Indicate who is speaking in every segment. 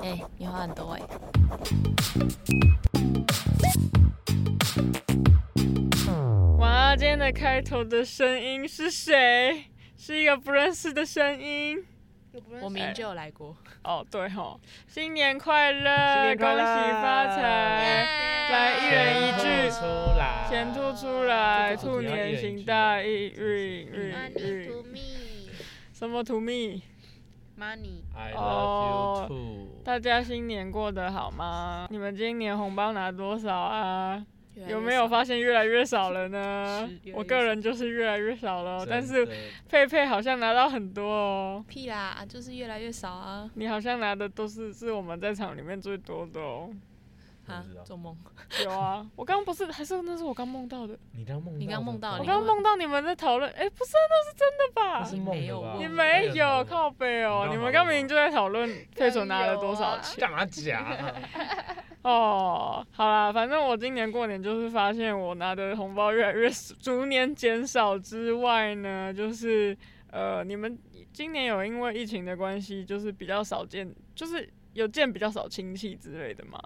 Speaker 1: 哎、你话很多哎、
Speaker 2: 哇，今天的开头的声音是谁？是一个不认识的声音。
Speaker 1: 我明明就有来过。
Speaker 2: 哦，对吼，新年快乐，
Speaker 3: 新年快乐
Speaker 2: 恭喜发财，
Speaker 1: 哎
Speaker 2: 来一人一句
Speaker 3: 出来，
Speaker 2: 钱吐出来，
Speaker 3: 吐出
Speaker 2: 兔
Speaker 3: 来
Speaker 2: 年行大运，运运
Speaker 4: Money to
Speaker 2: 运，
Speaker 4: me,
Speaker 2: 什么 to me？
Speaker 4: money.
Speaker 3: I
Speaker 2: 哦
Speaker 3: love you too。
Speaker 2: 大家新年过得好吗？你们今年红包拿多少啊？有没有发现越来越少了呢
Speaker 1: 是？
Speaker 2: 我个人就是越来越少了，哦但是
Speaker 3: 真的
Speaker 2: 佩佩好像拿到很多哦。
Speaker 1: 屁啦？就是越来越少啊！
Speaker 2: 你好像拿的都是是我们在场里面最多的哦。
Speaker 1: 啊
Speaker 3: 不知，道
Speaker 1: 做梦。
Speaker 2: 有 啊，我刚刚不是还是那是我刚梦到的，
Speaker 3: 你刚梦到的，
Speaker 1: 你刚梦到
Speaker 2: 我
Speaker 1: 的
Speaker 2: 刚刚梦到你们在讨论，哎、不是啊，那是真的
Speaker 3: 那
Speaker 2: 吧
Speaker 3: 是？梦
Speaker 1: 你没有
Speaker 3: 的吧？
Speaker 1: 梦
Speaker 2: 你
Speaker 1: 我
Speaker 2: 没有
Speaker 3: 看
Speaker 2: 靠背哦，
Speaker 3: 你
Speaker 2: 你
Speaker 3: 刚
Speaker 2: 们
Speaker 3: 刚
Speaker 2: 刚明明就在讨论佩纯拿了多少钱
Speaker 3: 干嘛假啊？
Speaker 2: 哦。好啦，反正我今年过年就是发现我拿的红包越来越少逐年减少之外呢，就是呃，你们今年有因为疫情的关系，就是比较少见，就是有见比较少亲戚之类的吗？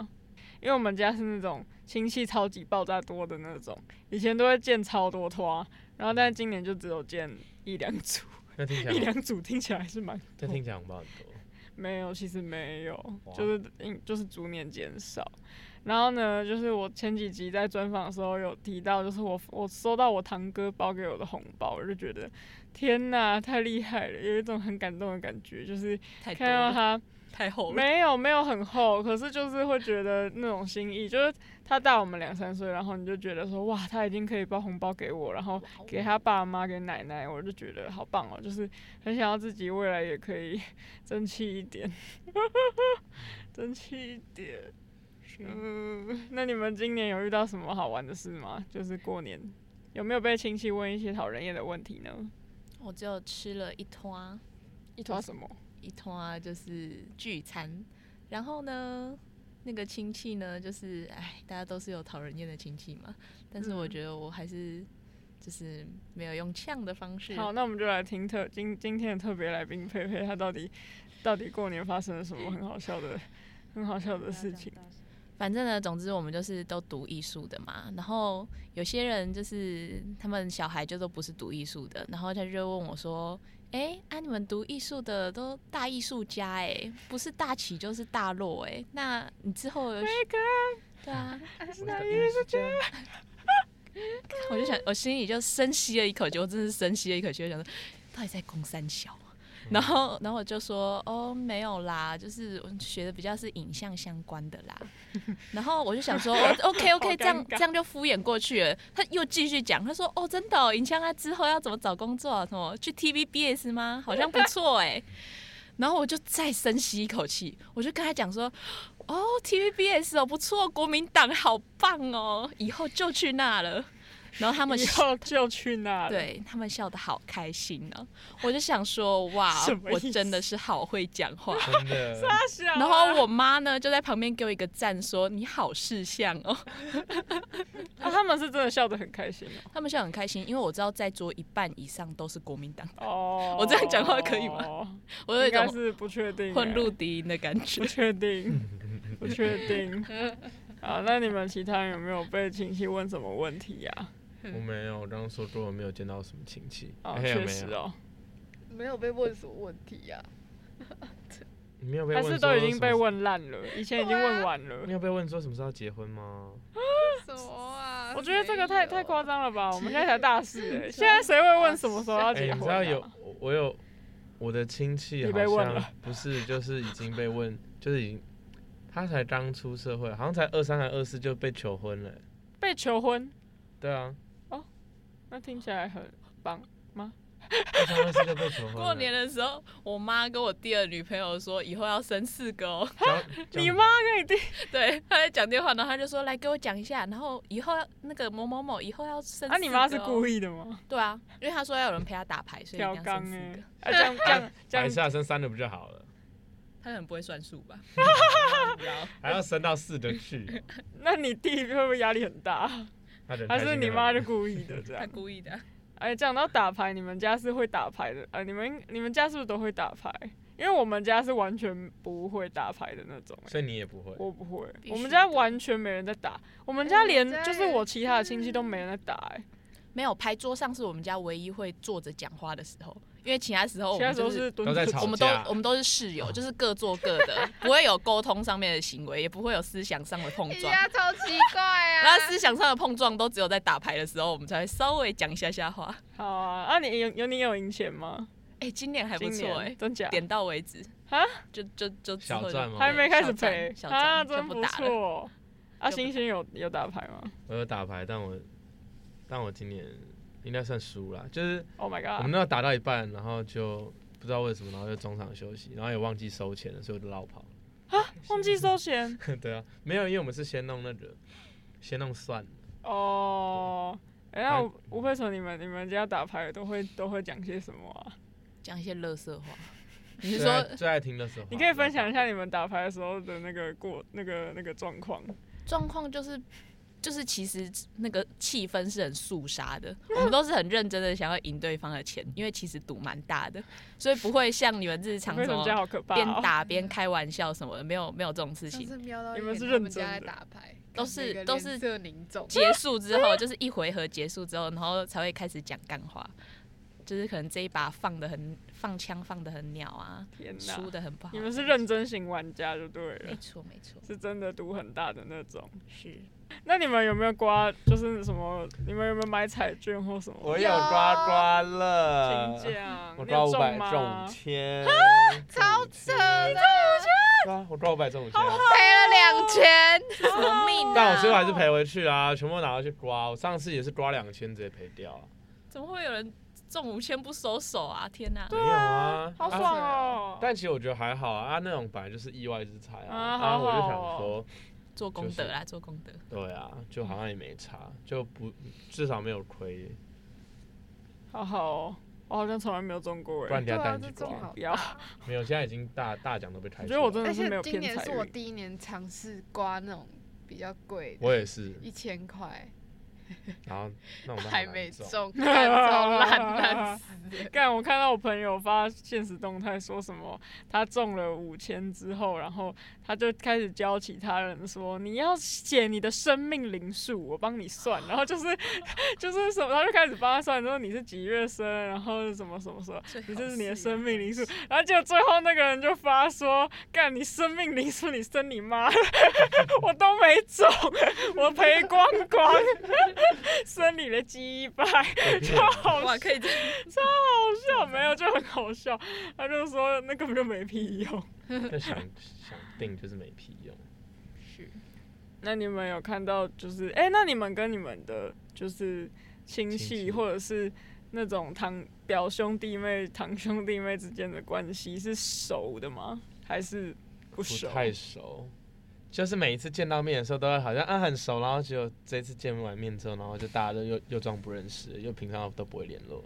Speaker 2: 因为我们家是那种亲戚超级爆炸多的那种，以前都会见超多拖，啊然后但是今年就只有见一两组，
Speaker 3: 那听起
Speaker 2: 一
Speaker 3: 来，
Speaker 2: 两组听起来还是蛮
Speaker 3: 那听起来红包很多。
Speaker 2: 没有，其实没有，
Speaker 3: 哇
Speaker 2: 就是嗯，就是逐年减少。然后呢，就是我前几集在专访的时候有提到，就是我我收到我堂哥包给我的红包，我就觉得天呐，太厉害了，有一种很感动的感觉，就是
Speaker 1: 太多
Speaker 2: 看到
Speaker 1: 了，
Speaker 2: 他
Speaker 1: 太厚了。
Speaker 2: 没有没有很厚，可是就是会觉得那种心意，就是他大我们两三岁，然后你就觉得说哇，他已经可以包红包给我，然后给他爸妈给奶奶，我就觉得好棒哦，就是很想要自己未来也可以 争气一点，争气一点。嗯，那你们今年有遇到什么好玩的事吗？就是过年有没有被亲戚问一些讨人厌的问题呢？
Speaker 1: 我只有吃了一团，
Speaker 2: 一坨什么？
Speaker 1: 一团就是聚餐。然后呢，那个亲戚呢，就是哎，大家都是有讨人厌的亲戚嘛。但是我
Speaker 2: 嗯
Speaker 1: 觉得我还是就是没有用呛的方式。
Speaker 2: 好，那我们就来听特今今天的特别来宾佩佩，她到底到底过年发生了什么很好笑的、 很好笑的事情？
Speaker 1: 反正呢，总之我们就是都读艺术的嘛。然后有些人就是他们小孩就都不是读艺术的，然后他就问我说：“哎、啊，你们读艺术的都大艺术家哎、不是大起就是大落哎、那你之后有对啊？”
Speaker 3: 是哪一个家？
Speaker 1: 我就想，我心里就深吸了一口气，我真的是深吸了一口气，我想说，到底在攻三小啊？
Speaker 2: 嗯
Speaker 1: 然后，然后我就说，哦，没有啦，就是我学的比较是影像相关的啦。然后我就想说、哦、，OK
Speaker 2: 好
Speaker 1: OK，
Speaker 2: 尴
Speaker 1: 这样
Speaker 2: 尬
Speaker 1: 这样就敷衍过去了。他又继续讲，他说，哦，真的、哦，影像啊，之后要怎么找工作、啊？什么去 TVBS 吗？好像不错哎、 然后我就再深吸一口气，我就跟他讲说，哦，TVBS 哦，不错，国民党好棒哦，以后就去那了。然后他们
Speaker 2: 以后就去那了。，
Speaker 1: 对他们笑得好开心呢、我就想说，哇
Speaker 2: 什么，
Speaker 1: 我
Speaker 2: 意
Speaker 1: 真的是好会讲话。
Speaker 3: 真的，
Speaker 2: 大小啊、
Speaker 1: 然后我妈呢就在旁边给我一个赞，说你好识相哦。
Speaker 2: 啊，他们是真的笑得很开心哦。
Speaker 1: 他们笑得很开心，因为我知道在座一半以上都是国民 党，
Speaker 2: 哦，
Speaker 1: 我这样讲话可以
Speaker 2: 吗？
Speaker 1: 我有一
Speaker 2: 应该
Speaker 1: 种
Speaker 2: 是不确定、欸
Speaker 1: 混入，敌营的感觉
Speaker 2: 不。确 定，不确定。啊，那你们其他人有没有被亲戚问什么问题啊呀、
Speaker 3: 我没有，我刚刚说过我没有见到什么亲戚。
Speaker 2: 哦，
Speaker 3: 哎呀
Speaker 2: 确实，哦，
Speaker 5: 没有被问什么问题啊呀、
Speaker 3: 没有你没有被
Speaker 2: 还
Speaker 3: 问，
Speaker 2: 是都已经被。问烂了，以前已经问完了
Speaker 3: 你。有被问说什么时候要结婚吗？
Speaker 5: 什么 啊？
Speaker 2: 我觉得这个太太夸
Speaker 5: 张。
Speaker 2: 张了吧？我们现在才大四哎、
Speaker 1: 啊
Speaker 2: 现在谁会问什么时候要
Speaker 3: 哎、
Speaker 2: 结
Speaker 3: 你
Speaker 2: 婚、
Speaker 3: 知
Speaker 2: 啊
Speaker 3: 道有我我有我的亲戚
Speaker 2: 你
Speaker 3: 好
Speaker 2: 被问
Speaker 3: 像
Speaker 2: 了
Speaker 3: 不是，就是已经被问，就是已经他才刚出社会，好像才二三还二四就被求婚了、
Speaker 2: 被求婚，
Speaker 3: 对啊，
Speaker 2: 那听起来很棒。
Speaker 3: 二三二四就被求婚了。
Speaker 1: 过年的时候，我妈跟我第二女朋友说，以后要生四个哦。
Speaker 3: 交， 交
Speaker 2: 你妈跟你弟，
Speaker 1: 对，她在讲电话，然后她就说来给我讲一下，然后以后要那个某某某以后要生四个、
Speaker 2: 啊，
Speaker 1: 哦。
Speaker 2: 你妈是故意的吗？
Speaker 1: 对啊，因为他说要有人陪他打牌，所以一
Speaker 2: 调
Speaker 1: 定要
Speaker 2: 缸
Speaker 1: 生四
Speaker 2: 哎
Speaker 1: 个。，
Speaker 2: 啊，这样这样这
Speaker 3: 白
Speaker 2: 样，
Speaker 3: 下生三的不就好了？
Speaker 1: 他很不会算数吧？
Speaker 3: 还要生到四的去，
Speaker 2: 那你弟会不会压力很大？
Speaker 3: 他人
Speaker 2: 还
Speaker 3: 太
Speaker 2: 是
Speaker 3: 心
Speaker 2: 你
Speaker 3: 了
Speaker 2: 妈就故意的 这
Speaker 1: 他
Speaker 2: 样？
Speaker 1: 故意的啊。
Speaker 2: 哎，讲到打牌，你们家是会打牌的？呃，你们你们家是不是都会打牌？因为我们家是完全不会打牌的那种、欸
Speaker 3: 所以你也不会。
Speaker 2: 我不会
Speaker 5: 必，须
Speaker 2: 我们家完全没人在打，我们
Speaker 5: 哎
Speaker 2: 家
Speaker 5: 我
Speaker 2: 连
Speaker 5: 家
Speaker 2: 就是
Speaker 5: 也
Speaker 2: 我其他的亲戚都没人在打、欸，
Speaker 1: 没有牌桌上是我们家唯一会坐着讲话的时候，因为其他哦时候我
Speaker 2: 其他
Speaker 1: 们
Speaker 2: 时候
Speaker 1: 就是是。
Speaker 2: 蹲
Speaker 3: 都在
Speaker 2: 着
Speaker 3: 吵
Speaker 1: 我们都
Speaker 3: 架
Speaker 1: 我们都是室友，就是各做各 的，不会有沟通上面的行为，也不会有思想上的碰
Speaker 5: 你
Speaker 2: 哎
Speaker 1: 撞。
Speaker 5: 家哎超奇怪啊！
Speaker 1: 然后思想上的碰撞都只有在打牌的时候，我们才会稍微讲一下下话。
Speaker 2: 好啊，那、你有有你有赢钱吗？
Speaker 1: 哎、今年还不
Speaker 2: 今
Speaker 1: 错哎、
Speaker 2: 年真假？
Speaker 1: 点到为止
Speaker 2: 啊，
Speaker 1: 就就就之
Speaker 3: 小
Speaker 1: 后就
Speaker 3: 赚吗
Speaker 2: 还没开始赔
Speaker 1: 对小赚
Speaker 2: 啊，
Speaker 1: 小赚
Speaker 2: 真
Speaker 1: 就不
Speaker 2: 不
Speaker 1: 打了。
Speaker 2: 错。啊，
Speaker 1: 就不
Speaker 2: 星星有有打牌吗
Speaker 3: 我有打牌，但我但我今年应该算输了，就是
Speaker 2: ？Oh my
Speaker 3: 我们
Speaker 2: god！
Speaker 3: 那时候打到一半，然后就不知道为什么，然后就中场休息，然后也忘记收钱了，所以我就落跑了。
Speaker 2: 忘记收钱
Speaker 3: 对啊，没有，因为我们是先弄那个，先弄蒜，
Speaker 2: 哦。哎、那
Speaker 3: 反
Speaker 2: 吴吴佩纯，你们你们家打牌都会都会讲些什么啊？
Speaker 1: 讲一些乐色 话。你是
Speaker 3: 最爱
Speaker 1: 说
Speaker 3: 最爱听的时候，
Speaker 2: 你可以分享一下你们打牌的时候的那个过那个那个状况。
Speaker 1: 状况就是就是其实那个气氛是很肃杀的，我们都是很认真的想要赢对方的钱，因为其实赌蛮大的，所以不会像你们日常
Speaker 2: 吴佩
Speaker 1: 什
Speaker 2: 纯家
Speaker 1: 么
Speaker 2: 好可怕
Speaker 1: 边
Speaker 2: 哦！
Speaker 1: 打边开玩笑什么的，没有没有这种 事
Speaker 5: 上
Speaker 1: 情。
Speaker 5: 次瞄到一
Speaker 2: 你们
Speaker 5: 眼
Speaker 2: 是
Speaker 5: 他
Speaker 2: 认
Speaker 5: 们家
Speaker 2: 真
Speaker 5: 在
Speaker 2: 的
Speaker 5: 打牌，
Speaker 1: 都
Speaker 5: 看
Speaker 1: 是
Speaker 5: 每个
Speaker 1: 都
Speaker 5: 脸
Speaker 1: 是
Speaker 5: 色凝重。
Speaker 1: 结束之后，就是一回合结束之后，然后才会开始讲干话，就是可能这一把放的很放枪放的很鸟啊，
Speaker 2: 天
Speaker 1: 输
Speaker 2: 哪，
Speaker 1: 的很不好。
Speaker 2: 你们是认真型玩家就对
Speaker 1: 没
Speaker 2: 了，
Speaker 1: 错没 错，
Speaker 2: 是真的赌很大的那种。
Speaker 1: 是
Speaker 2: 那你们有没有刮？就是什么？你们有没有买彩券或什么？
Speaker 5: 有刮刮
Speaker 4: 乐
Speaker 2: 请讲，
Speaker 4: 啊我
Speaker 2: 你
Speaker 4: 抓
Speaker 2: 有
Speaker 4: 五百
Speaker 2: 吗
Speaker 4: 中五千，
Speaker 5: 超扯的，
Speaker 3: 对啊，我抓五百中五千啊，
Speaker 5: 赔了两千，
Speaker 1: 什么命啊？
Speaker 3: 但我最后还是赔回去啊，全部拿回去刮。我上次也是刮两千，直接赔掉啊。
Speaker 1: 怎么会有人中五千不收手啊？天哪、
Speaker 3: 没有啊，
Speaker 2: 好爽哦！
Speaker 3: 但其实我觉得还好啊，啊那种本来就是意外之财啊。
Speaker 2: 啊
Speaker 3: 然后我就
Speaker 2: 好
Speaker 3: 想
Speaker 2: 好
Speaker 3: 说，
Speaker 1: 做功德啦，做功德。
Speaker 3: 对啊，就好像也没差，就不至少没有亏，
Speaker 2: 好好哦，我好像从来没有中过
Speaker 3: 不
Speaker 2: 哎
Speaker 3: 然。人家
Speaker 5: 对啊
Speaker 3: 带你去
Speaker 5: 这中
Speaker 3: 刮
Speaker 5: 好。
Speaker 2: 不要，
Speaker 3: 没有，现在已经大大奖都被开
Speaker 2: 我
Speaker 3: 除了。
Speaker 2: 觉得我真的
Speaker 5: 而
Speaker 2: 是没
Speaker 5: 且
Speaker 2: 有
Speaker 5: 今
Speaker 2: 偏
Speaker 5: 年
Speaker 2: 财
Speaker 5: 是我
Speaker 2: 运。
Speaker 5: 第一年尝试刮那种比较贵的，
Speaker 3: 我也是，
Speaker 5: 一千块
Speaker 3: 然后那我们
Speaker 5: 还没
Speaker 3: 中，
Speaker 5: 中，干超 烂 烂死了。
Speaker 2: 干，我看到我朋友发现实动态说什么，他中了五千之后，然后他就开始教其他人说，你要写你的生命灵数，我帮你算。然后就是 就是什么，他就开始帮他算，说你是几月生，然后是什么什么什么，你这是你的
Speaker 1: 啊
Speaker 2: 生命灵
Speaker 3: 哦
Speaker 2: 数。然后结果最后那个人就发说，干你生命灵数，你生你妈， 我都没中，我赔光光， 生你的鸡掰， 超好笑
Speaker 1: 哇，可以这样
Speaker 2: 超好笑，没有就很好笑。他就说那根本就没屁用。
Speaker 3: 就想想定就是没屁用。
Speaker 2: 那你们有看到就是，哎、那你们跟你们的就是亲
Speaker 3: 亲
Speaker 2: 戚
Speaker 3: 戚
Speaker 2: 或者是那种堂表兄弟妹、堂兄弟妹之间的关系是熟的吗？还是不熟？
Speaker 3: 不太熟，就是每一次见到面的时候都会好像啊很熟，然后只有这次见完面之后，然后就大家都又 又装不认识，又平常都不会联络。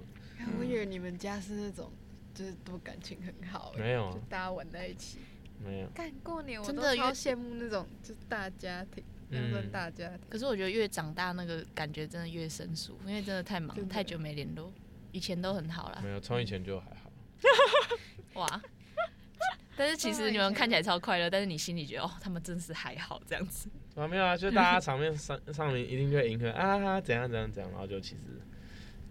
Speaker 5: 我以为你们家是那种就是都感情很好欸，
Speaker 3: 没有啊
Speaker 5: 就大家玩在一起。
Speaker 3: 没有，
Speaker 5: 干过年我
Speaker 1: 真
Speaker 5: 都
Speaker 1: 的
Speaker 5: 超
Speaker 1: 越
Speaker 5: 羡慕那种就是大家庭，那
Speaker 3: 嗯
Speaker 5: 种大家庭。
Speaker 1: 可是我觉得越长大，那个感觉真的越生疏，因为真的太忙，
Speaker 5: 真的
Speaker 1: 太久没联络。以前都很好啦，
Speaker 3: 没有，从以前就还好。
Speaker 1: 哇！但是其实你们看起来超快乐，但是你心里觉得哦，他们真是还好这样子。
Speaker 3: 啊，没有啊，就大家场面上 上面一定就会迎合啊，怎样怎样怎样，然后就其实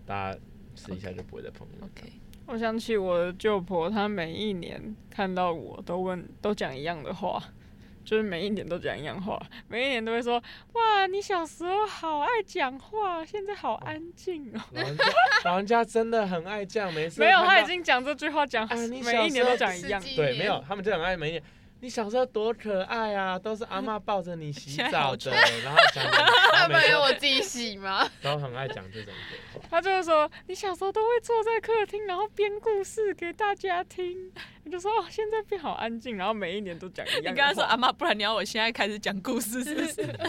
Speaker 3: 大家私底下就不会再碰面。
Speaker 1: OK，
Speaker 2: 我想起我的舅婆，她每一年看到我都问，都讲一样的话，就是每一年都讲一样话，每一年都会说：“哇，你小时候好爱讲话，现在好安静哦。
Speaker 3: 老人家老人家真的很爱这样，每”次
Speaker 2: 没有，
Speaker 3: 看
Speaker 2: 她
Speaker 3: 到
Speaker 2: 已经讲这句话讲，
Speaker 3: 啊你
Speaker 2: 每一年都讲一样
Speaker 5: 小时候十。几
Speaker 3: 对，
Speaker 5: 年
Speaker 3: 没有，他们就很爱每一年。你小时候多可爱啊，都是阿嬷抱着你洗
Speaker 1: 现在
Speaker 3: 澡
Speaker 1: 好
Speaker 3: 的，然后讲讲，然后每
Speaker 5: 那不然
Speaker 3: 次
Speaker 5: 要我自己 洗吗？
Speaker 3: 都很爱讲这种对话。
Speaker 2: 她就是说：“你小时候都会坐在客厅，然后编故事给大家听。”我就说：“哦，现在变好安静。”然后每一年都讲一
Speaker 1: 你
Speaker 2: 样
Speaker 1: 刚
Speaker 2: 的话。
Speaker 1: 才说阿妈，不然你要我现在开始讲故事是不 是？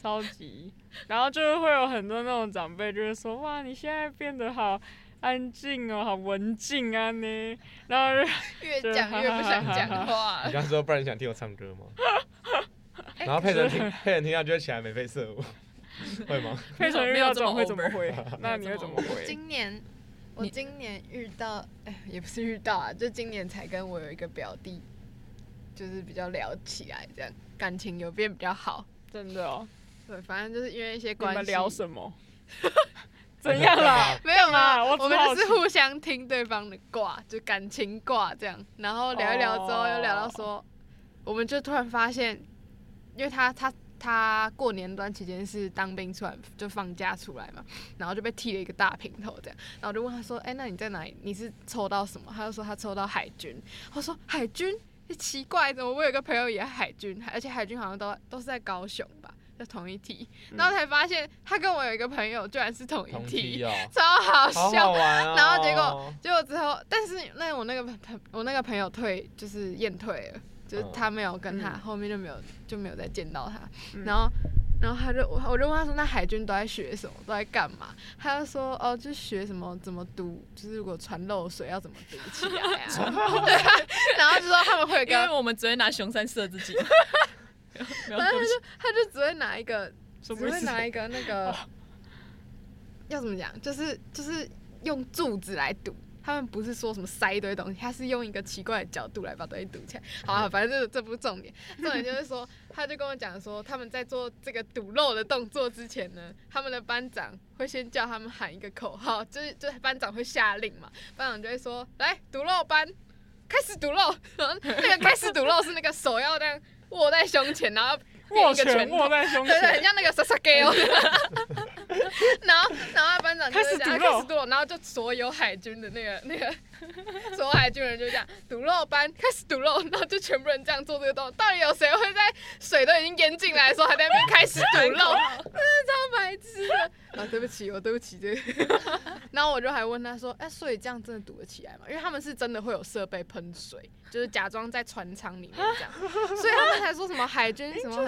Speaker 2: 超级，然后就会有很多那种长辈就会说，哇，你现在变得好安静哦，好文静啊呢，然后就
Speaker 5: 越讲越不想讲话
Speaker 3: 你。刚说，不然你想听我 唱歌吗？
Speaker 5: 哎
Speaker 3: 然后佩晨听，佩晨听到就会起来眉飞 色舞，会吗？
Speaker 2: 配成遇到这种会怎么
Speaker 1: 没
Speaker 2: 回？那你
Speaker 1: 没
Speaker 2: 会
Speaker 1: 有
Speaker 2: 怎
Speaker 1: 这
Speaker 2: 么
Speaker 1: 么
Speaker 2: 回？
Speaker 5: 今年我
Speaker 1: 你
Speaker 5: 今年遇到，哎，也不是遇到啊，就今年才跟我有一个表弟，就是比较聊起来，这样感情有变比较好。
Speaker 2: 真的哦，
Speaker 5: 对，反正就是因为一些
Speaker 2: 你
Speaker 5: 关系。
Speaker 2: 们聊什么？怎样
Speaker 1: 啊
Speaker 2: 啦？
Speaker 5: 没有
Speaker 2: 干
Speaker 5: 嘛，
Speaker 2: 嘛我
Speaker 5: 我们
Speaker 2: 只好
Speaker 5: 就是
Speaker 2: 奇
Speaker 5: 互相听对方的卦，就感情卦这样，然后聊一聊之后，
Speaker 2: 哦
Speaker 5: 又聊到说，我们就突然发现，因为他他他过年端期间是当兵出来，就放假出来嘛，然后就被剃了一个大平头这样，然后我就问他说，哎、那你在哪里？你是抽到什么？他就说他抽到海军，我说海军。奇怪，怎么我有个朋友也海军，而且海军好像都都是在高雄吧，就同一题，然后才发现他跟我有一个朋友居然是同 一
Speaker 3: 同
Speaker 5: 题
Speaker 3: 梯，哦，
Speaker 5: 超好
Speaker 3: 好
Speaker 5: 笑。
Speaker 3: 好玩哦。
Speaker 5: 然后结 果结果之后，但是那我那个朋我那个朋友退就是验退了，就是
Speaker 1: 哦
Speaker 3: 嗯
Speaker 5: 他没有跟他、
Speaker 2: 嗯
Speaker 5: 后面就没有就没有再见到他。
Speaker 2: 嗯
Speaker 5: 然后然后他就我我就问他说，那海军都在学什么，都在干嘛？他就说哦，就学什么怎么读，就是如果船漏水要怎么读起来 啊。对啊，然后就说他们会有一
Speaker 1: 因为
Speaker 5: 个，
Speaker 1: 我们只会拿熊山射自己。 没有，
Speaker 5: 然后
Speaker 1: 对
Speaker 5: 他
Speaker 1: 不起
Speaker 5: 就他就只会拿一个
Speaker 2: 什
Speaker 5: 只
Speaker 2: 么意
Speaker 5: 会
Speaker 2: 思？哦
Speaker 5: 拿一个那个要怎么讲，就是就是用柱子来堵。他们不是说什么塞一堆东西，他是用一个奇怪的角度来把东西堵起来。好、
Speaker 2: 嗯
Speaker 5: 啊，反正这这不是重点，重点就是说，他就跟我讲说，他们在做这个堵漏的动作之前呢，他们的班长会先叫他们喊一个口号，就是就是班长会下令嘛，班长就会说，来堵漏班，开始堵漏，然后那个开始堵漏是那个手要这样握在胸前，然后
Speaker 2: 握
Speaker 5: 一个
Speaker 2: 拳
Speaker 5: 头
Speaker 2: 握在胸
Speaker 5: 对对，很
Speaker 2: 前，
Speaker 5: 像那个莎莎 gay 哦。然后，然后班长就会这样
Speaker 2: 开始读
Speaker 5: 开
Speaker 2: 肉
Speaker 5: 始读肉，然后就所有海军的那个那个 所有海军人就这样读肉班开始读肉，然后就全部人这样做这个动作。到底有谁会在水都已经淹进来的时候还在那边开始读肉？真的超白痴的。 啊，对不起，我对 不起这个。然后我就还问他说：“哎、所以这样真的堵得起来吗？”因为他们是真的会有设备喷水，就是假装在船舱里面这样，所以他们才说什么海军什么很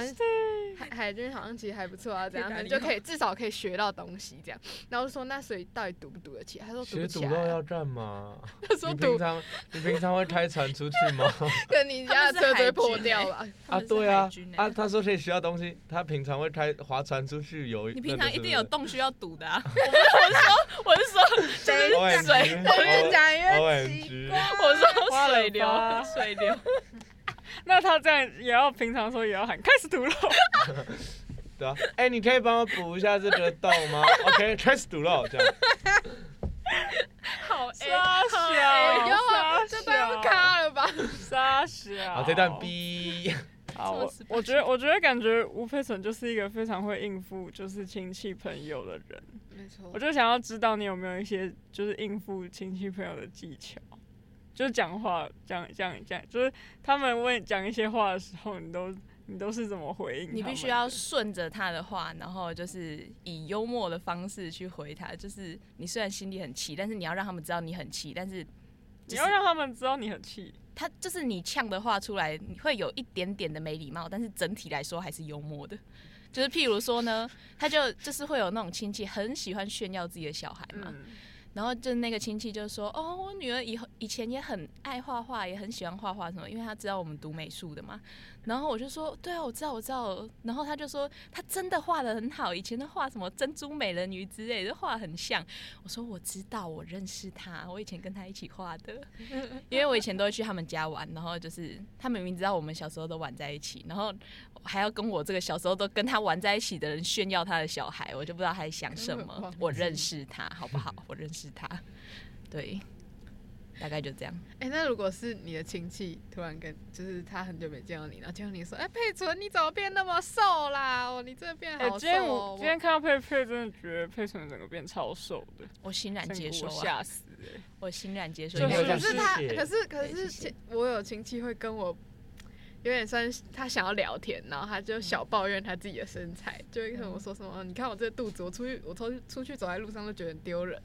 Speaker 5: 海海军哎好像其实还不错啊，怎样
Speaker 1: 哪
Speaker 5: 可能
Speaker 1: 里
Speaker 5: 就
Speaker 1: 好
Speaker 5: 可以至少可以学到东西这样。然后就说那所以到底读不读得起来？他说读不
Speaker 3: 学
Speaker 5: 起
Speaker 3: 赌
Speaker 5: 来
Speaker 3: 肉
Speaker 5: 啊、
Speaker 3: 要干嘛？
Speaker 5: 他说
Speaker 3: 你
Speaker 5: 读
Speaker 3: 平，常你平常会开船出去 吗？
Speaker 5: 可能你家的车子会破掉吧？
Speaker 1: 他
Speaker 3: 啊，
Speaker 1: 们是
Speaker 3: 对啊
Speaker 1: 海军，欸
Speaker 3: 啊，他说可以学到东西，他平常会开划船出去游。
Speaker 1: 你平常一定有
Speaker 3: 那个
Speaker 1: 洞需要堵的啊！我不是我是说，
Speaker 3: 是不是
Speaker 1: 水
Speaker 3: OMG
Speaker 5: 我越讲越奇
Speaker 3: OMG，
Speaker 1: 我是说水流
Speaker 2: 花了吧，
Speaker 1: 水流。
Speaker 2: 那他这样也要平常说也要喊开始吐露，
Speaker 3: 对啊，哎，你可以帮我补一下这个洞吗？OK，开 始赌肉这样。
Speaker 1: 好
Speaker 2: 傻
Speaker 5: 哎呦
Speaker 2: 小，傻，啊
Speaker 5: 这段
Speaker 2: 小
Speaker 5: 不，卡了吧？
Speaker 2: 傻小。
Speaker 3: 好，这段。逼。
Speaker 2: 啊，我
Speaker 1: 这么
Speaker 2: 我觉得我觉得感觉吴佩纯就是一个非常会应付就是亲戚朋友的人，
Speaker 5: 没错
Speaker 2: 我就想要知道你有没有一些就是应付亲戚朋友的技巧，就是讲话讲讲讲，就是他们问讲一些话的时候，你都你都是怎么回应他们
Speaker 1: 你
Speaker 2: 的？
Speaker 1: 必须要顺着他的话，然后就是以幽默的方式去回他。就是你虽然心里很气，但是你要让他们知道你很气，但是
Speaker 2: 你要让他们知道你很气。
Speaker 1: 他就是你呛的话出来，你会有一点点的没礼貌，但是整体来说还是幽默的。就是譬如说呢，他就就是会有那种亲戚很喜欢炫耀自己的小孩嘛，
Speaker 2: 嗯，
Speaker 1: 然后就那个亲戚就说：“哦，我女儿以后以前也很爱画画，也很喜欢画画什么，因为她知道我们读美术的嘛。”然后我就说：“对啊，我知道，我知道。”然后他就说：“她真的画的很好，以前都画什么珍珠美人鱼之类的，画得很像。”我说：“我知道，我认识她，我以前跟她一起画的，因为我以前都会去他们家玩，然后就是他们明明知道我们小时候都玩在一起，然后还要跟我这个小时候都跟他玩在一起的人炫耀他的小孩，我就不知道他在想什
Speaker 5: 真的很
Speaker 1: 么
Speaker 5: 棒。
Speaker 1: 我认识他，好不好？我认识他，对，大概就这样。
Speaker 5: 哎、那如果是你的亲戚突然跟，就是他很久没见到你，然后见到你说，哎、佩纯，你怎么变那么瘦啦？哦，你真的变
Speaker 2: 哎、
Speaker 5: 好瘦
Speaker 2: 今天
Speaker 5: 哦、
Speaker 2: 我今天看到佩佩，真的觉得佩纯整个变超瘦的，
Speaker 1: 我欣然接受
Speaker 2: 真的我
Speaker 1: 啊，
Speaker 2: 吓死 哎、
Speaker 1: 我欣然接受。
Speaker 2: 就
Speaker 1: 因为
Speaker 2: 是
Speaker 1: 我
Speaker 5: 可
Speaker 1: 就是是
Speaker 5: 他，
Speaker 3: 谢谢
Speaker 5: 可是可
Speaker 1: 对谢
Speaker 5: 是
Speaker 1: 谢
Speaker 5: 亲，我有亲戚会跟我，有点算是他想要聊天，然后他就小抱怨他自己的身材，就会跟我说什么，你看我这肚子，我出去我出去出去走在路上都觉得很丢人，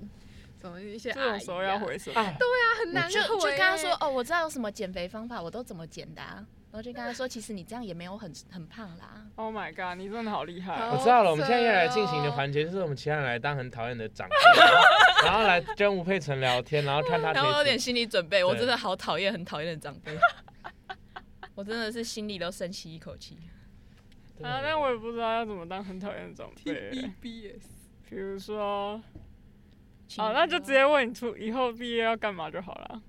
Speaker 5: 什么一些
Speaker 2: 这
Speaker 5: 阿
Speaker 2: 种
Speaker 5: 姨
Speaker 2: 时候
Speaker 1: 哎
Speaker 2: 要
Speaker 5: 啊
Speaker 2: 回什么？
Speaker 3: 啊，
Speaker 5: 他很难
Speaker 1: 就
Speaker 5: 回
Speaker 1: 就跟他
Speaker 5: 欸
Speaker 1: 说，哦，我知道有什么减肥方法，我都怎么减的、啊。然后就跟他说，其实你这样也没有很很胖啦。
Speaker 2: Oh my god，你真的好厉害
Speaker 5: 好
Speaker 2: 哦！
Speaker 3: 我知道了，我们现在要来进行的环节，就是我们其他人来当很讨厌的长辈，然后然后来跟吴佩纯聊天，然后看他可
Speaker 1: 然后我有点
Speaker 3: 以
Speaker 1: 心理准备，我
Speaker 3: 对
Speaker 1: 真的好讨厌，很讨厌的长辈。 我真的是心里都深吸一口气。
Speaker 3: 对
Speaker 2: 啊，但 我也不知道要怎么当很讨厌的长辈欸。
Speaker 5: TBS
Speaker 2: 比如说，
Speaker 1: 请
Speaker 2: 哦好，那就直接问你出以后毕业要干嘛就好了。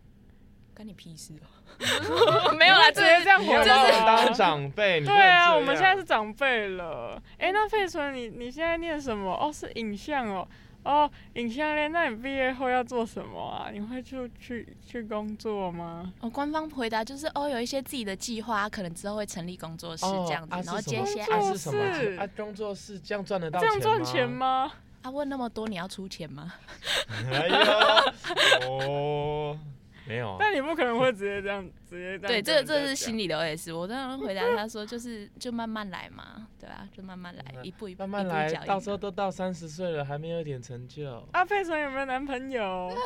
Speaker 1: 干你屁事 哦！没有啦，
Speaker 2: 直
Speaker 1: 这
Speaker 2: 接这样回
Speaker 1: 就是
Speaker 2: 答
Speaker 3: 你当长辈，你不能
Speaker 2: 对啊，
Speaker 3: 这
Speaker 2: 我们现在
Speaker 3: 样嗯
Speaker 2: 是长辈了。哎、那佩纯，你你现在念什么？哦，是影像哦，哦，影像类。那你毕业后要做什么啊？你会去去去工作吗？
Speaker 1: 哦，官方回答就是哦，有一些自己的计划，可能之后会成立工作室
Speaker 3: 哦
Speaker 1: 这样子，
Speaker 3: 啊
Speaker 1: 然后
Speaker 3: 是什
Speaker 1: 接一
Speaker 3: 么
Speaker 1: 些
Speaker 2: 工
Speaker 1: 案子。
Speaker 3: 啊
Speaker 2: 作
Speaker 3: 是什么
Speaker 2: 室
Speaker 3: 钱？啊，工作室这样赚得到
Speaker 2: 这样赚钱？吗？
Speaker 1: 啊，问那么多，你要出钱吗？
Speaker 3: 哎呦，哦，没有啊，
Speaker 2: 但你不可能会直接这样直接这样跟
Speaker 1: 对，
Speaker 2: 人
Speaker 1: 这
Speaker 2: 家讲。
Speaker 1: 个这是心里的 OS。我当然回答他说，就是就慢慢来嘛，对啊，就慢慢来，
Speaker 3: 嗯
Speaker 1: 一步一步，
Speaker 3: 慢慢
Speaker 1: 一步
Speaker 3: 来
Speaker 1: 脚，印
Speaker 3: 到时候
Speaker 1: 嘛
Speaker 3: 都到三十岁了，还没有一点成就。
Speaker 2: 啊，佩纯有没有男朋 友？哦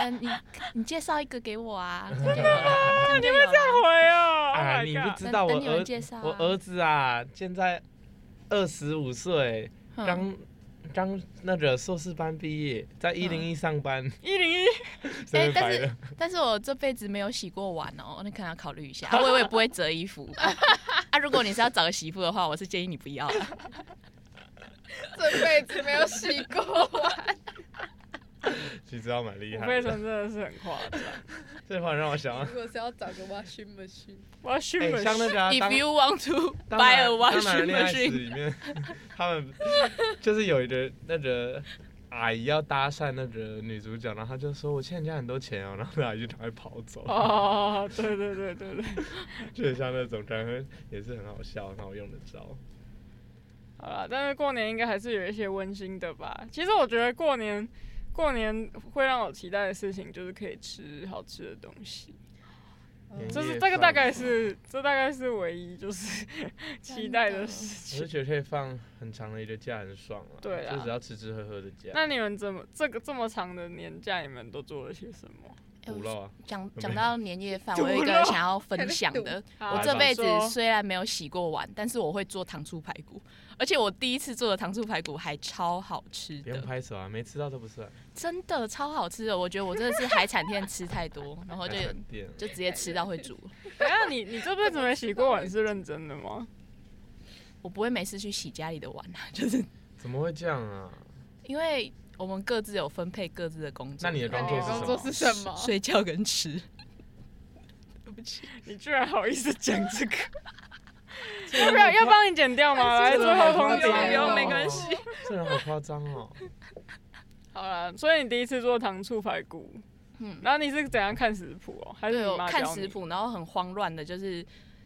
Speaker 1: 嗯，你你介绍一个给我啊， 这样就有了这样就有了
Speaker 2: 会哦，Oh
Speaker 3: 哎，你
Speaker 2: my
Speaker 3: 不
Speaker 2: god！
Speaker 3: 知道我
Speaker 1: 等等你们
Speaker 3: 儿
Speaker 1: 介绍啊
Speaker 3: 我儿子啊，现在二十五岁，
Speaker 1: 嗯
Speaker 3: 刚刚那个硕士班毕业，在一零一上班，
Speaker 2: 一零一，
Speaker 3: 随
Speaker 1: 哎
Speaker 3: 便
Speaker 1: 嗯但
Speaker 3: 摆 的
Speaker 1: 是但是我这辈子没有洗过碗哦，那可能要考虑一 下。啊我我也不会折衣服 啊。如果你是要找个媳妇的话，我是建议你不要啦。
Speaker 5: 这辈子没有洗过碗。
Speaker 3: 其实要蛮厉
Speaker 2: 我
Speaker 3: 害
Speaker 2: 佩
Speaker 3: 的。
Speaker 2: 纯真的是很夸张。
Speaker 3: 这话让我想到
Speaker 5: 如，果是要找个 washing machine，
Speaker 2: 我要去
Speaker 3: 哎，
Speaker 2: 美
Speaker 3: 像那个啊
Speaker 1: If
Speaker 3: 当
Speaker 1: you want to
Speaker 3: 当
Speaker 1: buy
Speaker 3: 然
Speaker 1: a
Speaker 3: 当然
Speaker 1: washing
Speaker 3: 恋爱史
Speaker 1: machine，
Speaker 3: 里面，他们就是有一个那个阿姨要搭讪那个女主角，然后她就说我欠人家很多钱哦，然后那阿姨就赶快跑走，
Speaker 2: 哦，对对对对对。
Speaker 3: 就很像那种，感觉也是很好笑、很好用的招。
Speaker 2: 好了，但是过年应该还是有一些温馨的吧。其实我觉得过年，过年会让我期待的事情就是可以吃好吃的东西。
Speaker 1: 嗯
Speaker 3: 年
Speaker 2: 这
Speaker 3: 夜
Speaker 2: 是这个
Speaker 3: 饭
Speaker 2: 大概是这大概是唯一就是 期待的事
Speaker 3: 我就
Speaker 2: 情。
Speaker 3: 觉得可以放很长的一个假，很爽啊。
Speaker 2: 对啦
Speaker 3: 就只要吃吃喝喝的假。
Speaker 2: 那你们怎么这个这么长的年假，你们都做了些什么？
Speaker 1: 哎
Speaker 3: 补肉啊，
Speaker 1: 我讲
Speaker 3: 有
Speaker 1: 讲
Speaker 3: 没有
Speaker 1: 到年夜 饭，
Speaker 2: 堵
Speaker 1: 我有一个
Speaker 2: 了
Speaker 1: 想要分享的。
Speaker 2: 好
Speaker 1: 我
Speaker 3: 来
Speaker 1: 这
Speaker 3: 吧
Speaker 1: 辈子
Speaker 2: 说
Speaker 1: 虽然没有洗过碗，但是我会做糖醋排骨，而且我第一次做的糖醋排骨还超好吃
Speaker 3: 不用
Speaker 1: 的，
Speaker 3: 拍手啊，没吃到都不算。
Speaker 1: 真的超好吃的。我觉得我真的是海产店吃太多，然后就
Speaker 3: 海产店
Speaker 1: 哦就直接吃到会煮。
Speaker 2: 等一下你你这辈子没洗过碗是认真的吗？
Speaker 1: 我不会每次去洗家里的碗啊，就是
Speaker 3: 怎么会这样啊？
Speaker 1: 因为我们各自有分配各自的工作。
Speaker 3: 那你的
Speaker 5: 那
Speaker 3: 工
Speaker 5: 你
Speaker 3: 作
Speaker 5: 的
Speaker 3: 是什么？
Speaker 5: 工作是什么？
Speaker 1: 睡觉跟吃，对不起，
Speaker 2: 你居然好意思讲这个？ 要不要要帮你剪掉吗？ 来，
Speaker 5: 哎其
Speaker 2: 最
Speaker 5: 实
Speaker 2: 后
Speaker 5: 我
Speaker 2: 通
Speaker 5: 也不知
Speaker 2: 牒
Speaker 5: 道
Speaker 2: 哦，
Speaker 5: 不用没
Speaker 1: 关系。
Speaker 3: 这人好夸张 哦。
Speaker 2: 好了，所以你第一次做糖醋排骨，
Speaker 1: 嗯
Speaker 2: 然后你是怎样看食谱哦、还是
Speaker 1: 对，
Speaker 2: 你
Speaker 1: 我
Speaker 2: 妈
Speaker 1: 看
Speaker 2: 教
Speaker 1: 食
Speaker 2: 你？
Speaker 1: 谱，然后很慌乱的，就是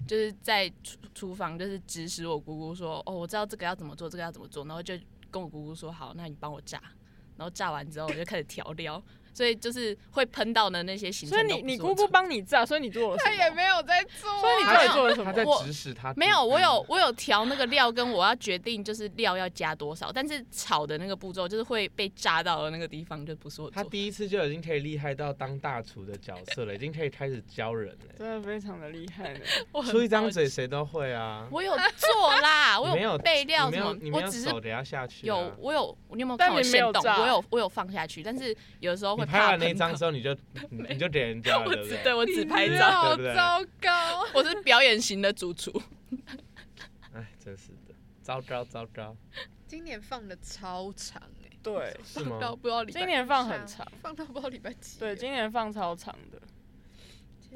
Speaker 1: 就是在厨厨房，就是指使我姑姑说，哦，我知道这个要怎么做，这个要怎么做，然后就跟我姑姑说，好，那你帮我炸，然后炸完之后我就开始调料，所以就是会喷到的那些行程
Speaker 2: 所以
Speaker 1: 都不是我做。
Speaker 2: 你你姑姑帮你炸，所以你做了什
Speaker 5: 他
Speaker 2: 么？
Speaker 5: 也没有在做、啊。
Speaker 2: 所以你到底做了什
Speaker 3: 他
Speaker 2: 么？
Speaker 3: 在
Speaker 1: 我
Speaker 3: 指使他。
Speaker 1: 没有，我有我有调那个料，跟我要决定就是料要加多少，但是炒的那个步骤就是会被炸到的那个地方就不是我
Speaker 3: 他
Speaker 1: 做的。
Speaker 3: 第一次就已经可以厉害到当大厨的角色了，已经可以开始教人了。
Speaker 2: 真的非常的厉害呢。
Speaker 1: 我很
Speaker 3: 出一张
Speaker 1: 抱
Speaker 3: 嘴谁都会啊。
Speaker 1: 我有做啦，
Speaker 3: 你
Speaker 1: 我
Speaker 3: 没有
Speaker 1: 备料
Speaker 3: 你没
Speaker 1: 什
Speaker 3: 有，
Speaker 1: 么
Speaker 3: 你，没
Speaker 1: 我
Speaker 3: 有
Speaker 1: 只是
Speaker 3: 手等下下去啊。
Speaker 1: 有我有，你有没有
Speaker 2: 但
Speaker 1: 看我
Speaker 2: 你没有
Speaker 1: 现动？
Speaker 2: 炸
Speaker 1: 我有我有放下去，但是有时候
Speaker 3: 你
Speaker 1: 会
Speaker 3: 拍
Speaker 1: 怕
Speaker 3: 完那
Speaker 1: 喷
Speaker 3: 一张
Speaker 1: 到。
Speaker 3: 之后，你就你你就给人家了，
Speaker 1: 我
Speaker 3: 对不
Speaker 1: 只
Speaker 3: 对？
Speaker 1: 对我只拍
Speaker 5: 你
Speaker 1: 照，
Speaker 5: 好
Speaker 3: 对不对
Speaker 5: 糟糕，
Speaker 1: 我是表演型的主厨。
Speaker 3: 哎，真是的，糟糕糟糕，
Speaker 5: 今年放的超长哎、
Speaker 2: 对，
Speaker 3: 是
Speaker 5: 放到
Speaker 3: 吗？
Speaker 5: 不知道礼拜
Speaker 2: 今年放很长，
Speaker 5: 放到不知道礼拜几。
Speaker 2: 对，今年放超长的，
Speaker 1: 嗯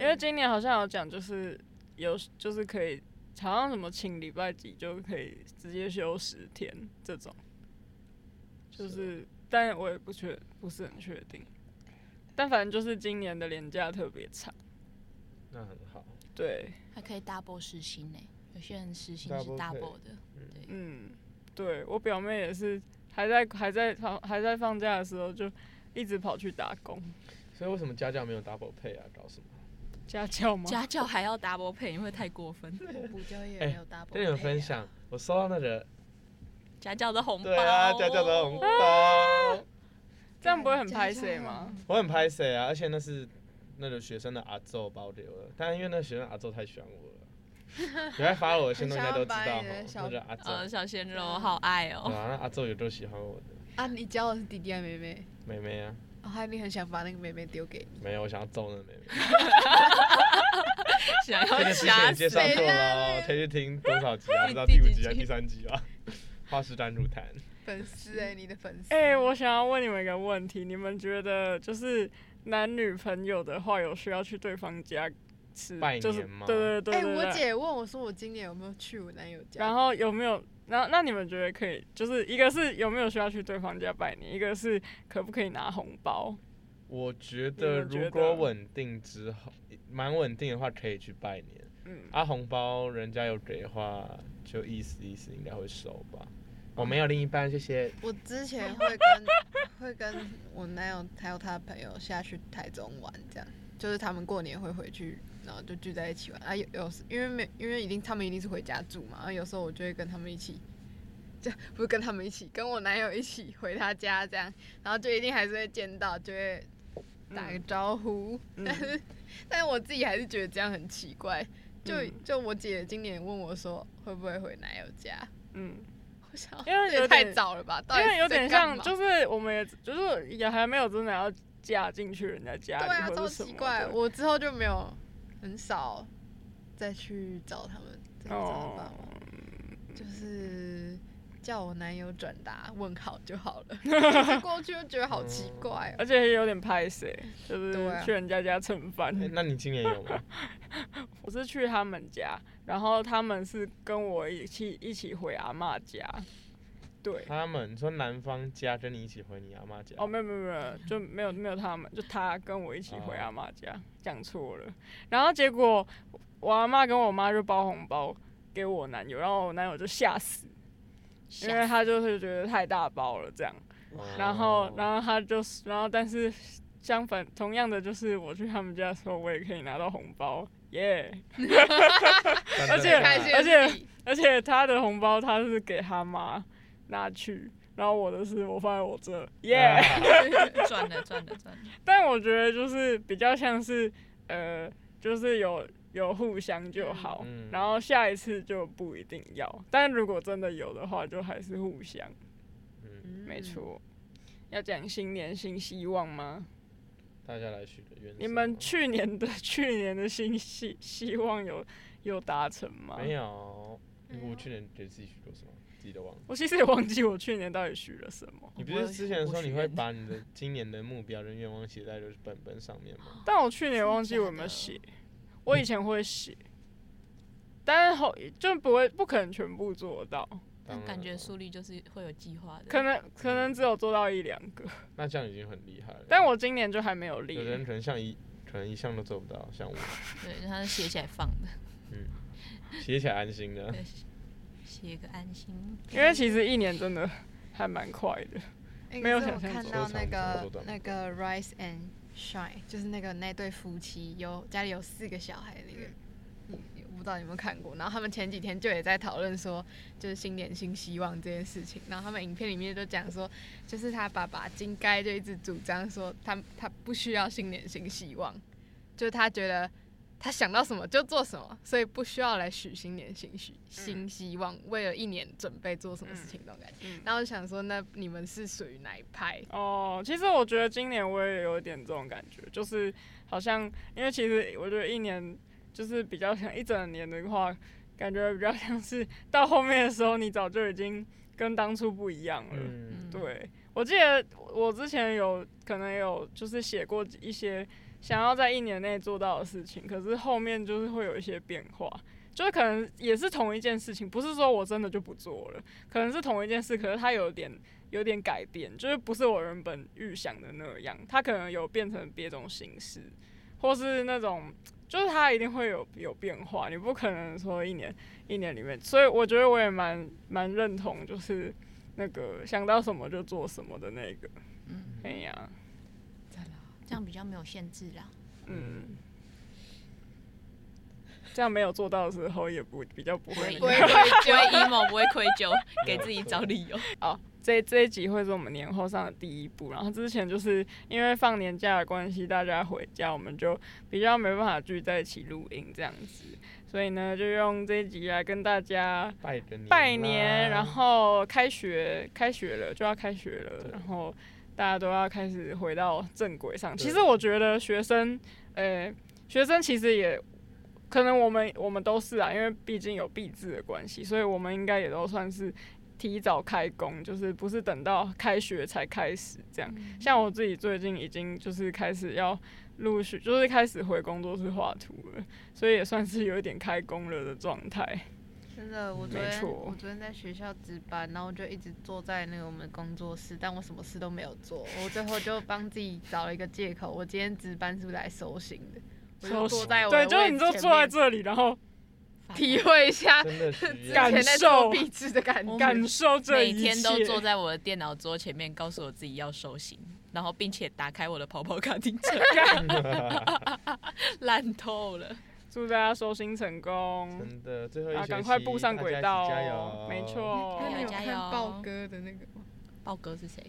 Speaker 2: 因为今年好像有讲就是有就是可以，好像什么请礼拜几就可以直接休十天这种，就是，但我也不确不是很确定，但反正就是今年的年假特别长。
Speaker 3: 那很好，
Speaker 2: 对，
Speaker 1: 还可以 double 试新呢，有些人试新
Speaker 3: Double 可以
Speaker 1: 的。
Speaker 2: 嗯，对我表妹也是，还在还在放还在放假的时候就一直跑去打工
Speaker 3: 所以为什么家教没有 double pay 啊？搞什么？
Speaker 2: 家教吗？
Speaker 1: 家教还要 double 配，因为太过分。
Speaker 5: 补教业
Speaker 3: 哎
Speaker 5: 没有 double，啊
Speaker 3: 跟你们分享，我收到那个，
Speaker 1: 家教的红包，
Speaker 3: 对啊，家教的红包，
Speaker 2: 这样不会很拍谁吗？
Speaker 3: 我很拍谁啊？而且那是那个学生的阿宙包留的，但因为那个学生阿宙太喜欢我了， 有在发我的行动应该都知道
Speaker 5: 很想
Speaker 3: 哈
Speaker 5: 要把你的，小
Speaker 3: 那个阿宙，
Speaker 1: 呃，
Speaker 3: 对
Speaker 1: 小鲜肉好爱哦。
Speaker 3: 啊，那阿宙有多喜欢我的
Speaker 5: 啊！你教的是弟弟还妹妹，
Speaker 3: 妹妹啊？
Speaker 5: 然后你很想把那个妹妹丢给你。
Speaker 3: 没有，我想要揍那个妹 妹。
Speaker 1: 想
Speaker 3: 啊这
Speaker 1: 要
Speaker 3: 个之
Speaker 1: 吓死
Speaker 3: 前介绍过
Speaker 5: 谁
Speaker 3: 了哦，
Speaker 5: 啊
Speaker 3: 可以去听多少集啊？不知道第五集啊，第三集啊，花式弹入谈。
Speaker 5: 粉丝哎、你的粉丝
Speaker 2: 哎、我想要问你们一个问题，你们觉得就是男女朋友的话，有需要去对方家吃，
Speaker 3: 拜
Speaker 2: 就是
Speaker 3: 年吗
Speaker 2: 对对对
Speaker 5: 哎、
Speaker 2: 对对。
Speaker 5: 我姐问我说我今年有没有去我男友家，
Speaker 2: 然后有没有？然后那你们觉得可以，就是一个是有没有需要去对方家拜年，一个是可不可以拿红包？
Speaker 3: 我觉
Speaker 2: 你
Speaker 3: 得
Speaker 2: 们觉
Speaker 3: 如果
Speaker 2: 得
Speaker 3: 稳定之后，蛮稳定的话，可以去拜年。
Speaker 2: 嗯，
Speaker 3: 啊，红包人家有给的话，就意思意思，应该会收吧。我没有另一半，谢谢。
Speaker 5: 我之前会跟 会跟我男友还有他的朋友下去台中玩，这样就是他们过年会回去，然后就聚在一起玩啊。有有时因为没因为一定他们一定是回家住嘛，然后啊有时候我就会跟他们一起，就不是跟他们一起，跟我男友一起回他家这样，然后就一定还是会见到，就会打个招呼。
Speaker 2: 嗯
Speaker 5: 但是 但是我自己还是觉得这样很奇怪。就
Speaker 2: 嗯
Speaker 5: 就我姐今年问我说会不会回男友家，
Speaker 2: 嗯，
Speaker 5: 我想
Speaker 2: 因为
Speaker 5: 这也
Speaker 2: 有
Speaker 5: 太
Speaker 2: 点
Speaker 5: 早了吧，到
Speaker 2: 因
Speaker 5: 底
Speaker 2: 为有
Speaker 5: 在
Speaker 2: 点
Speaker 5: 干
Speaker 2: 像，
Speaker 5: 嘛
Speaker 2: 就是我们也就是也还没有真的要嫁进去人家家里，
Speaker 5: 对啊，
Speaker 2: 或
Speaker 5: 超
Speaker 2: 者什么
Speaker 5: 奇怪。
Speaker 2: 的
Speaker 5: 我之后就没有很少再去找他们，再去找他爸
Speaker 2: 哦
Speaker 5: 妈，，就是叫我男友转达问好就好 了。就过去就觉得好奇怪哦
Speaker 2: 而。且也有点拍谁，就是
Speaker 5: 对啊
Speaker 2: 去人家家蹭饭。
Speaker 3: 哎那你今年 有吗？
Speaker 2: 我是去他们家，然后他们是跟我一起一起回阿嬷家，对。
Speaker 3: 他们说男方家跟你一起回你阿妈家。
Speaker 2: 哦，没有没有没有，就没有没有他们，就他跟我一起回阿妈家，讲错了。然后结果我阿妈跟我妈就包红包给我男友，然后我男友就吓死，因为他就是觉得太大包了这样。
Speaker 3: 哦
Speaker 2: 然后然后他就是，然后但是相反，同样的就是我去他们家的时候，我也可以拿到红包，耶、
Speaker 3: 但
Speaker 2: 而
Speaker 3: 是
Speaker 2: 且
Speaker 5: 开心
Speaker 2: 而
Speaker 5: 的
Speaker 2: 且
Speaker 5: 是你
Speaker 2: 而且他的红包他是给他妈拿去，然后我的是我放在我这，耶、
Speaker 3: 啊
Speaker 1: 赚了赚了赚了，
Speaker 2: 但我觉得就是比较像是呃，就是有有互相就好，
Speaker 3: 嗯
Speaker 2: 然后下一次就不一定要。但如果真的有的话，就还是互相，
Speaker 3: 嗯，
Speaker 5: 嗯
Speaker 2: 没错。要讲新年新希望吗？
Speaker 3: 大家来许个愿是吗。
Speaker 2: 你们去年的去年的新希希望有有达成吗？
Speaker 3: 没。有？
Speaker 5: 没有
Speaker 3: 我去年给自己许过什么？自己都忘了。
Speaker 2: 我其实也忘记我去年到底许了什么，
Speaker 3: 你不
Speaker 1: 我有
Speaker 3: 是之前
Speaker 1: 我
Speaker 3: 说
Speaker 1: 许
Speaker 3: 你会
Speaker 1: 愿
Speaker 3: 把你的今年的目标跟愿望写在就是本本上面吗？
Speaker 2: 但我去年忘记
Speaker 1: 真的
Speaker 2: 我有没有写。我以前会写，但是后就不会不可能全部做到。
Speaker 3: 当
Speaker 1: 但
Speaker 3: 然
Speaker 1: 感
Speaker 3: 了
Speaker 1: 觉苏丽就是会有计划的，
Speaker 2: 可能可能只有做到一两个，
Speaker 3: 那这样已经很厉害了。
Speaker 2: 但我今年就还没有
Speaker 3: 有人
Speaker 2: 列。
Speaker 3: 可能像一可能一项都做不到， 像我
Speaker 1: 对，他是写起来放的，
Speaker 3: 写起来安心的。
Speaker 1: 对写个安心。
Speaker 2: 因为其实一年真的还蛮快的。
Speaker 5: 哎
Speaker 2: 没有
Speaker 5: 可是
Speaker 2: 想象
Speaker 5: 我看
Speaker 2: 中
Speaker 5: 到那
Speaker 3: 多
Speaker 5: 个
Speaker 3: 长
Speaker 5: 那个 Rise and Shine，就是那个那对夫妻有家里有四个小孩那个，
Speaker 2: 嗯
Speaker 5: 你你我不知道你有没有看过。然后他们前几天就也在讨论说，就是新年新希望这件事情。然后他们影片里面就讲说，就是他爸爸金该就一直主张说他他不需要新年新希望，就是他觉得。他想到什么就做什么，所以不需要来许新年新希新希望，为了一年准备做什么事情那种感觉。
Speaker 2: 嗯嗯，
Speaker 5: 然后我想说，那你们是属于哪一派？
Speaker 2: 哦，其实我觉得今年我也有一点这种感觉，就是好像因为其实我觉得一年就是比较像一整年的话，感觉比较像是到后面的时候，你早就已经跟当初不一样了。
Speaker 3: 嗯，
Speaker 2: 对，我记得我之前有可能有就是写过一些想要在一年内做到的事情，可是后面就是会有一些变化，就是可能也是同一件事情，不是说我真的就不做了，可能是同一件事，可是它有点有点改变，就是不是我原本预想的那样，它可能有变成别种形式，或是那种。就是它一定会有有变化，你不可能说一年一年里面，所以我觉得我也蛮蛮认同，就是那个想到什么就做什么的那个。
Speaker 1: 嗯，
Speaker 2: 哎呀，
Speaker 1: 这样比较没有限制啦。
Speaker 2: 嗯，这样没有做到的时候也不比较不
Speaker 1: 不会
Speaker 2: 会
Speaker 1: 愧
Speaker 2: 那
Speaker 1: 疚，
Speaker 2: 个。
Speaker 1: 不会 emo，不会愧疚，给自己找理由。
Speaker 2: 哦，这这一集会是我们年后上的第一部，然后之前就是因为放年假的关系，大家回家，我们就比较没办法聚在一起录音这样子，所以呢，就用这一集来跟大家
Speaker 3: 拜个年，
Speaker 2: 拜年，
Speaker 3: 啊
Speaker 2: 然。后开学，开学了就要开学了
Speaker 3: 对，
Speaker 2: 然后大家都要开始回到正轨上。
Speaker 3: 对
Speaker 2: 其实我觉得学生，呃，学生其实也可能我们我们都是啊，因为毕竟有毕制的关系，所以我们应该也都算是提早开工，就是不是等到开学才开始这样。
Speaker 3: 嗯
Speaker 2: 像我自己最近已经就是开始要陆续，就是开始回工作室画图了，所以也算是有一点开工了的状态。
Speaker 4: 真的，我昨
Speaker 2: 没
Speaker 4: 天
Speaker 2: 错
Speaker 4: 我昨天在学校值班，然后我就一直坐在那个我们工作室，但我什么事都没有做。我最后就帮自己找了一个借口，我今天值班是不是来收心的？我就坐在我的
Speaker 2: 对，就是
Speaker 4: 位
Speaker 2: 你就
Speaker 4: 置前
Speaker 2: 坐在
Speaker 4: 面
Speaker 2: 这里，然后
Speaker 5: 体会一下
Speaker 3: 真的需要
Speaker 2: 感
Speaker 5: 前在做
Speaker 2: 受
Speaker 5: 壁纸的感
Speaker 1: 我
Speaker 5: 觉。
Speaker 2: 感受这
Speaker 1: 每
Speaker 2: 一切
Speaker 1: 天。都坐在我的电脑桌前面，告诉我自己要收心，然后并且打开我的跑跑卡丁 车，烂透了。
Speaker 2: 祝大家收心成功。
Speaker 3: 真的最后一
Speaker 2: 啊，
Speaker 3: 学期
Speaker 2: 赶快步上
Speaker 3: 大
Speaker 2: 轨
Speaker 3: 家一起
Speaker 2: 道
Speaker 3: 加
Speaker 2: 哦
Speaker 3: 油！！
Speaker 2: 没
Speaker 5: 那你
Speaker 2: 错，
Speaker 5: 有
Speaker 1: 加
Speaker 5: 看
Speaker 1: 油
Speaker 5: 豹哥的那个吗？
Speaker 1: 豹哥是谁？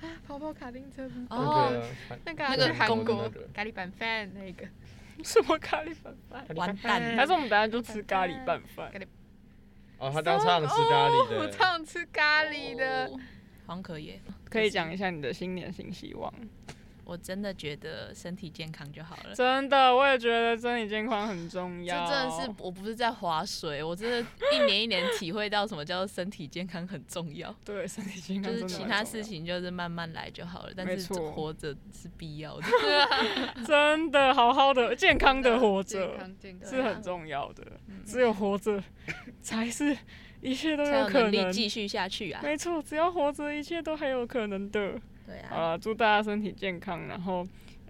Speaker 5: 啊，跑跑卡丁车不是
Speaker 3: 那
Speaker 1: 哦，
Speaker 3: 个韩
Speaker 5: 那个
Speaker 1: 那
Speaker 5: 啊
Speaker 1: 个
Speaker 5: 去韩
Speaker 3: 公
Speaker 5: 国
Speaker 3: 那个
Speaker 5: 咖喱拌饭那个，
Speaker 2: 什么咖喱饭饭？
Speaker 1: 完蛋
Speaker 2: 还
Speaker 1: 了，
Speaker 2: 哎是我们等下就吃咖喱拌饭？
Speaker 1: 嗯
Speaker 3: 哦，他当场吃咖喱
Speaker 2: 哦
Speaker 3: 的，
Speaker 5: 我常常吃咖喱的。
Speaker 1: 哦，好像可以耶。
Speaker 2: 可以讲一下你的新年新希望。
Speaker 1: 嗯我真的觉得身体健康就好了。
Speaker 2: 真的，我也觉得身体健康很重
Speaker 1: 这
Speaker 2: 要。
Speaker 1: 真的是，我不是在划水，我真的一年一年体会到什么叫做身体健康很重要。
Speaker 2: 对身体健康
Speaker 1: 就
Speaker 2: 真的
Speaker 1: 是
Speaker 2: 蛮重
Speaker 1: 其
Speaker 2: 要，
Speaker 1: 他事情就是慢慢来就好了，但
Speaker 2: 没
Speaker 1: 是
Speaker 2: 错
Speaker 1: 活着是必 要的。
Speaker 2: 真的好好的健康
Speaker 1: 啊
Speaker 2: 的活
Speaker 5: 健
Speaker 2: 着
Speaker 5: 康健康
Speaker 2: 是很重要的，只有活着才是一切都
Speaker 1: 嗯才有
Speaker 2: 啊可
Speaker 1: 能力
Speaker 2: 能。
Speaker 1: 继续下去啊！
Speaker 2: 没错，只要活着，一切都还有可能的。
Speaker 1: 对啊，
Speaker 2: 好了，祝大家身体健康，然后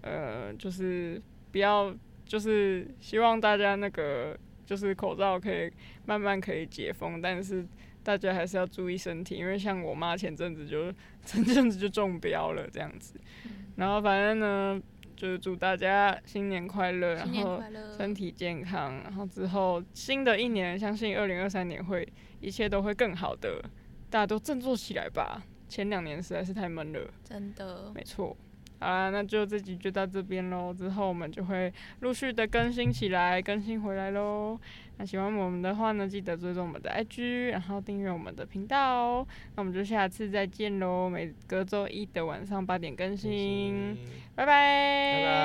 Speaker 2: 呃，就是不要，就是希望大家那个就是口罩可以慢慢可以解封，但是大家还是要注意身体，因为像我妈前阵子就前阵子就中标了这样子，
Speaker 1: 嗯
Speaker 2: 然后反正呢，就是祝大家新年快乐，然
Speaker 1: 新年
Speaker 2: 后
Speaker 1: 快乐，
Speaker 2: 身体健康，然后之后新的一年，相信二零二三年会一切都会更好的，大家都振作起来吧。前两年实在是太闷了。
Speaker 1: 真的
Speaker 2: 没错。好啦，那就这集就到这边喽。之后我们就会陆续的更新起来，更新回来喽。那喜欢我们的话呢，记得追踪我们的 IG，然后订阅我们的频道哦。那我们就下次再见喽，每隔周一的晚上八点更新，拜拜，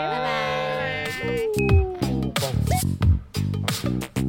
Speaker 3: 拜
Speaker 2: 拜
Speaker 3: 拜拜拜。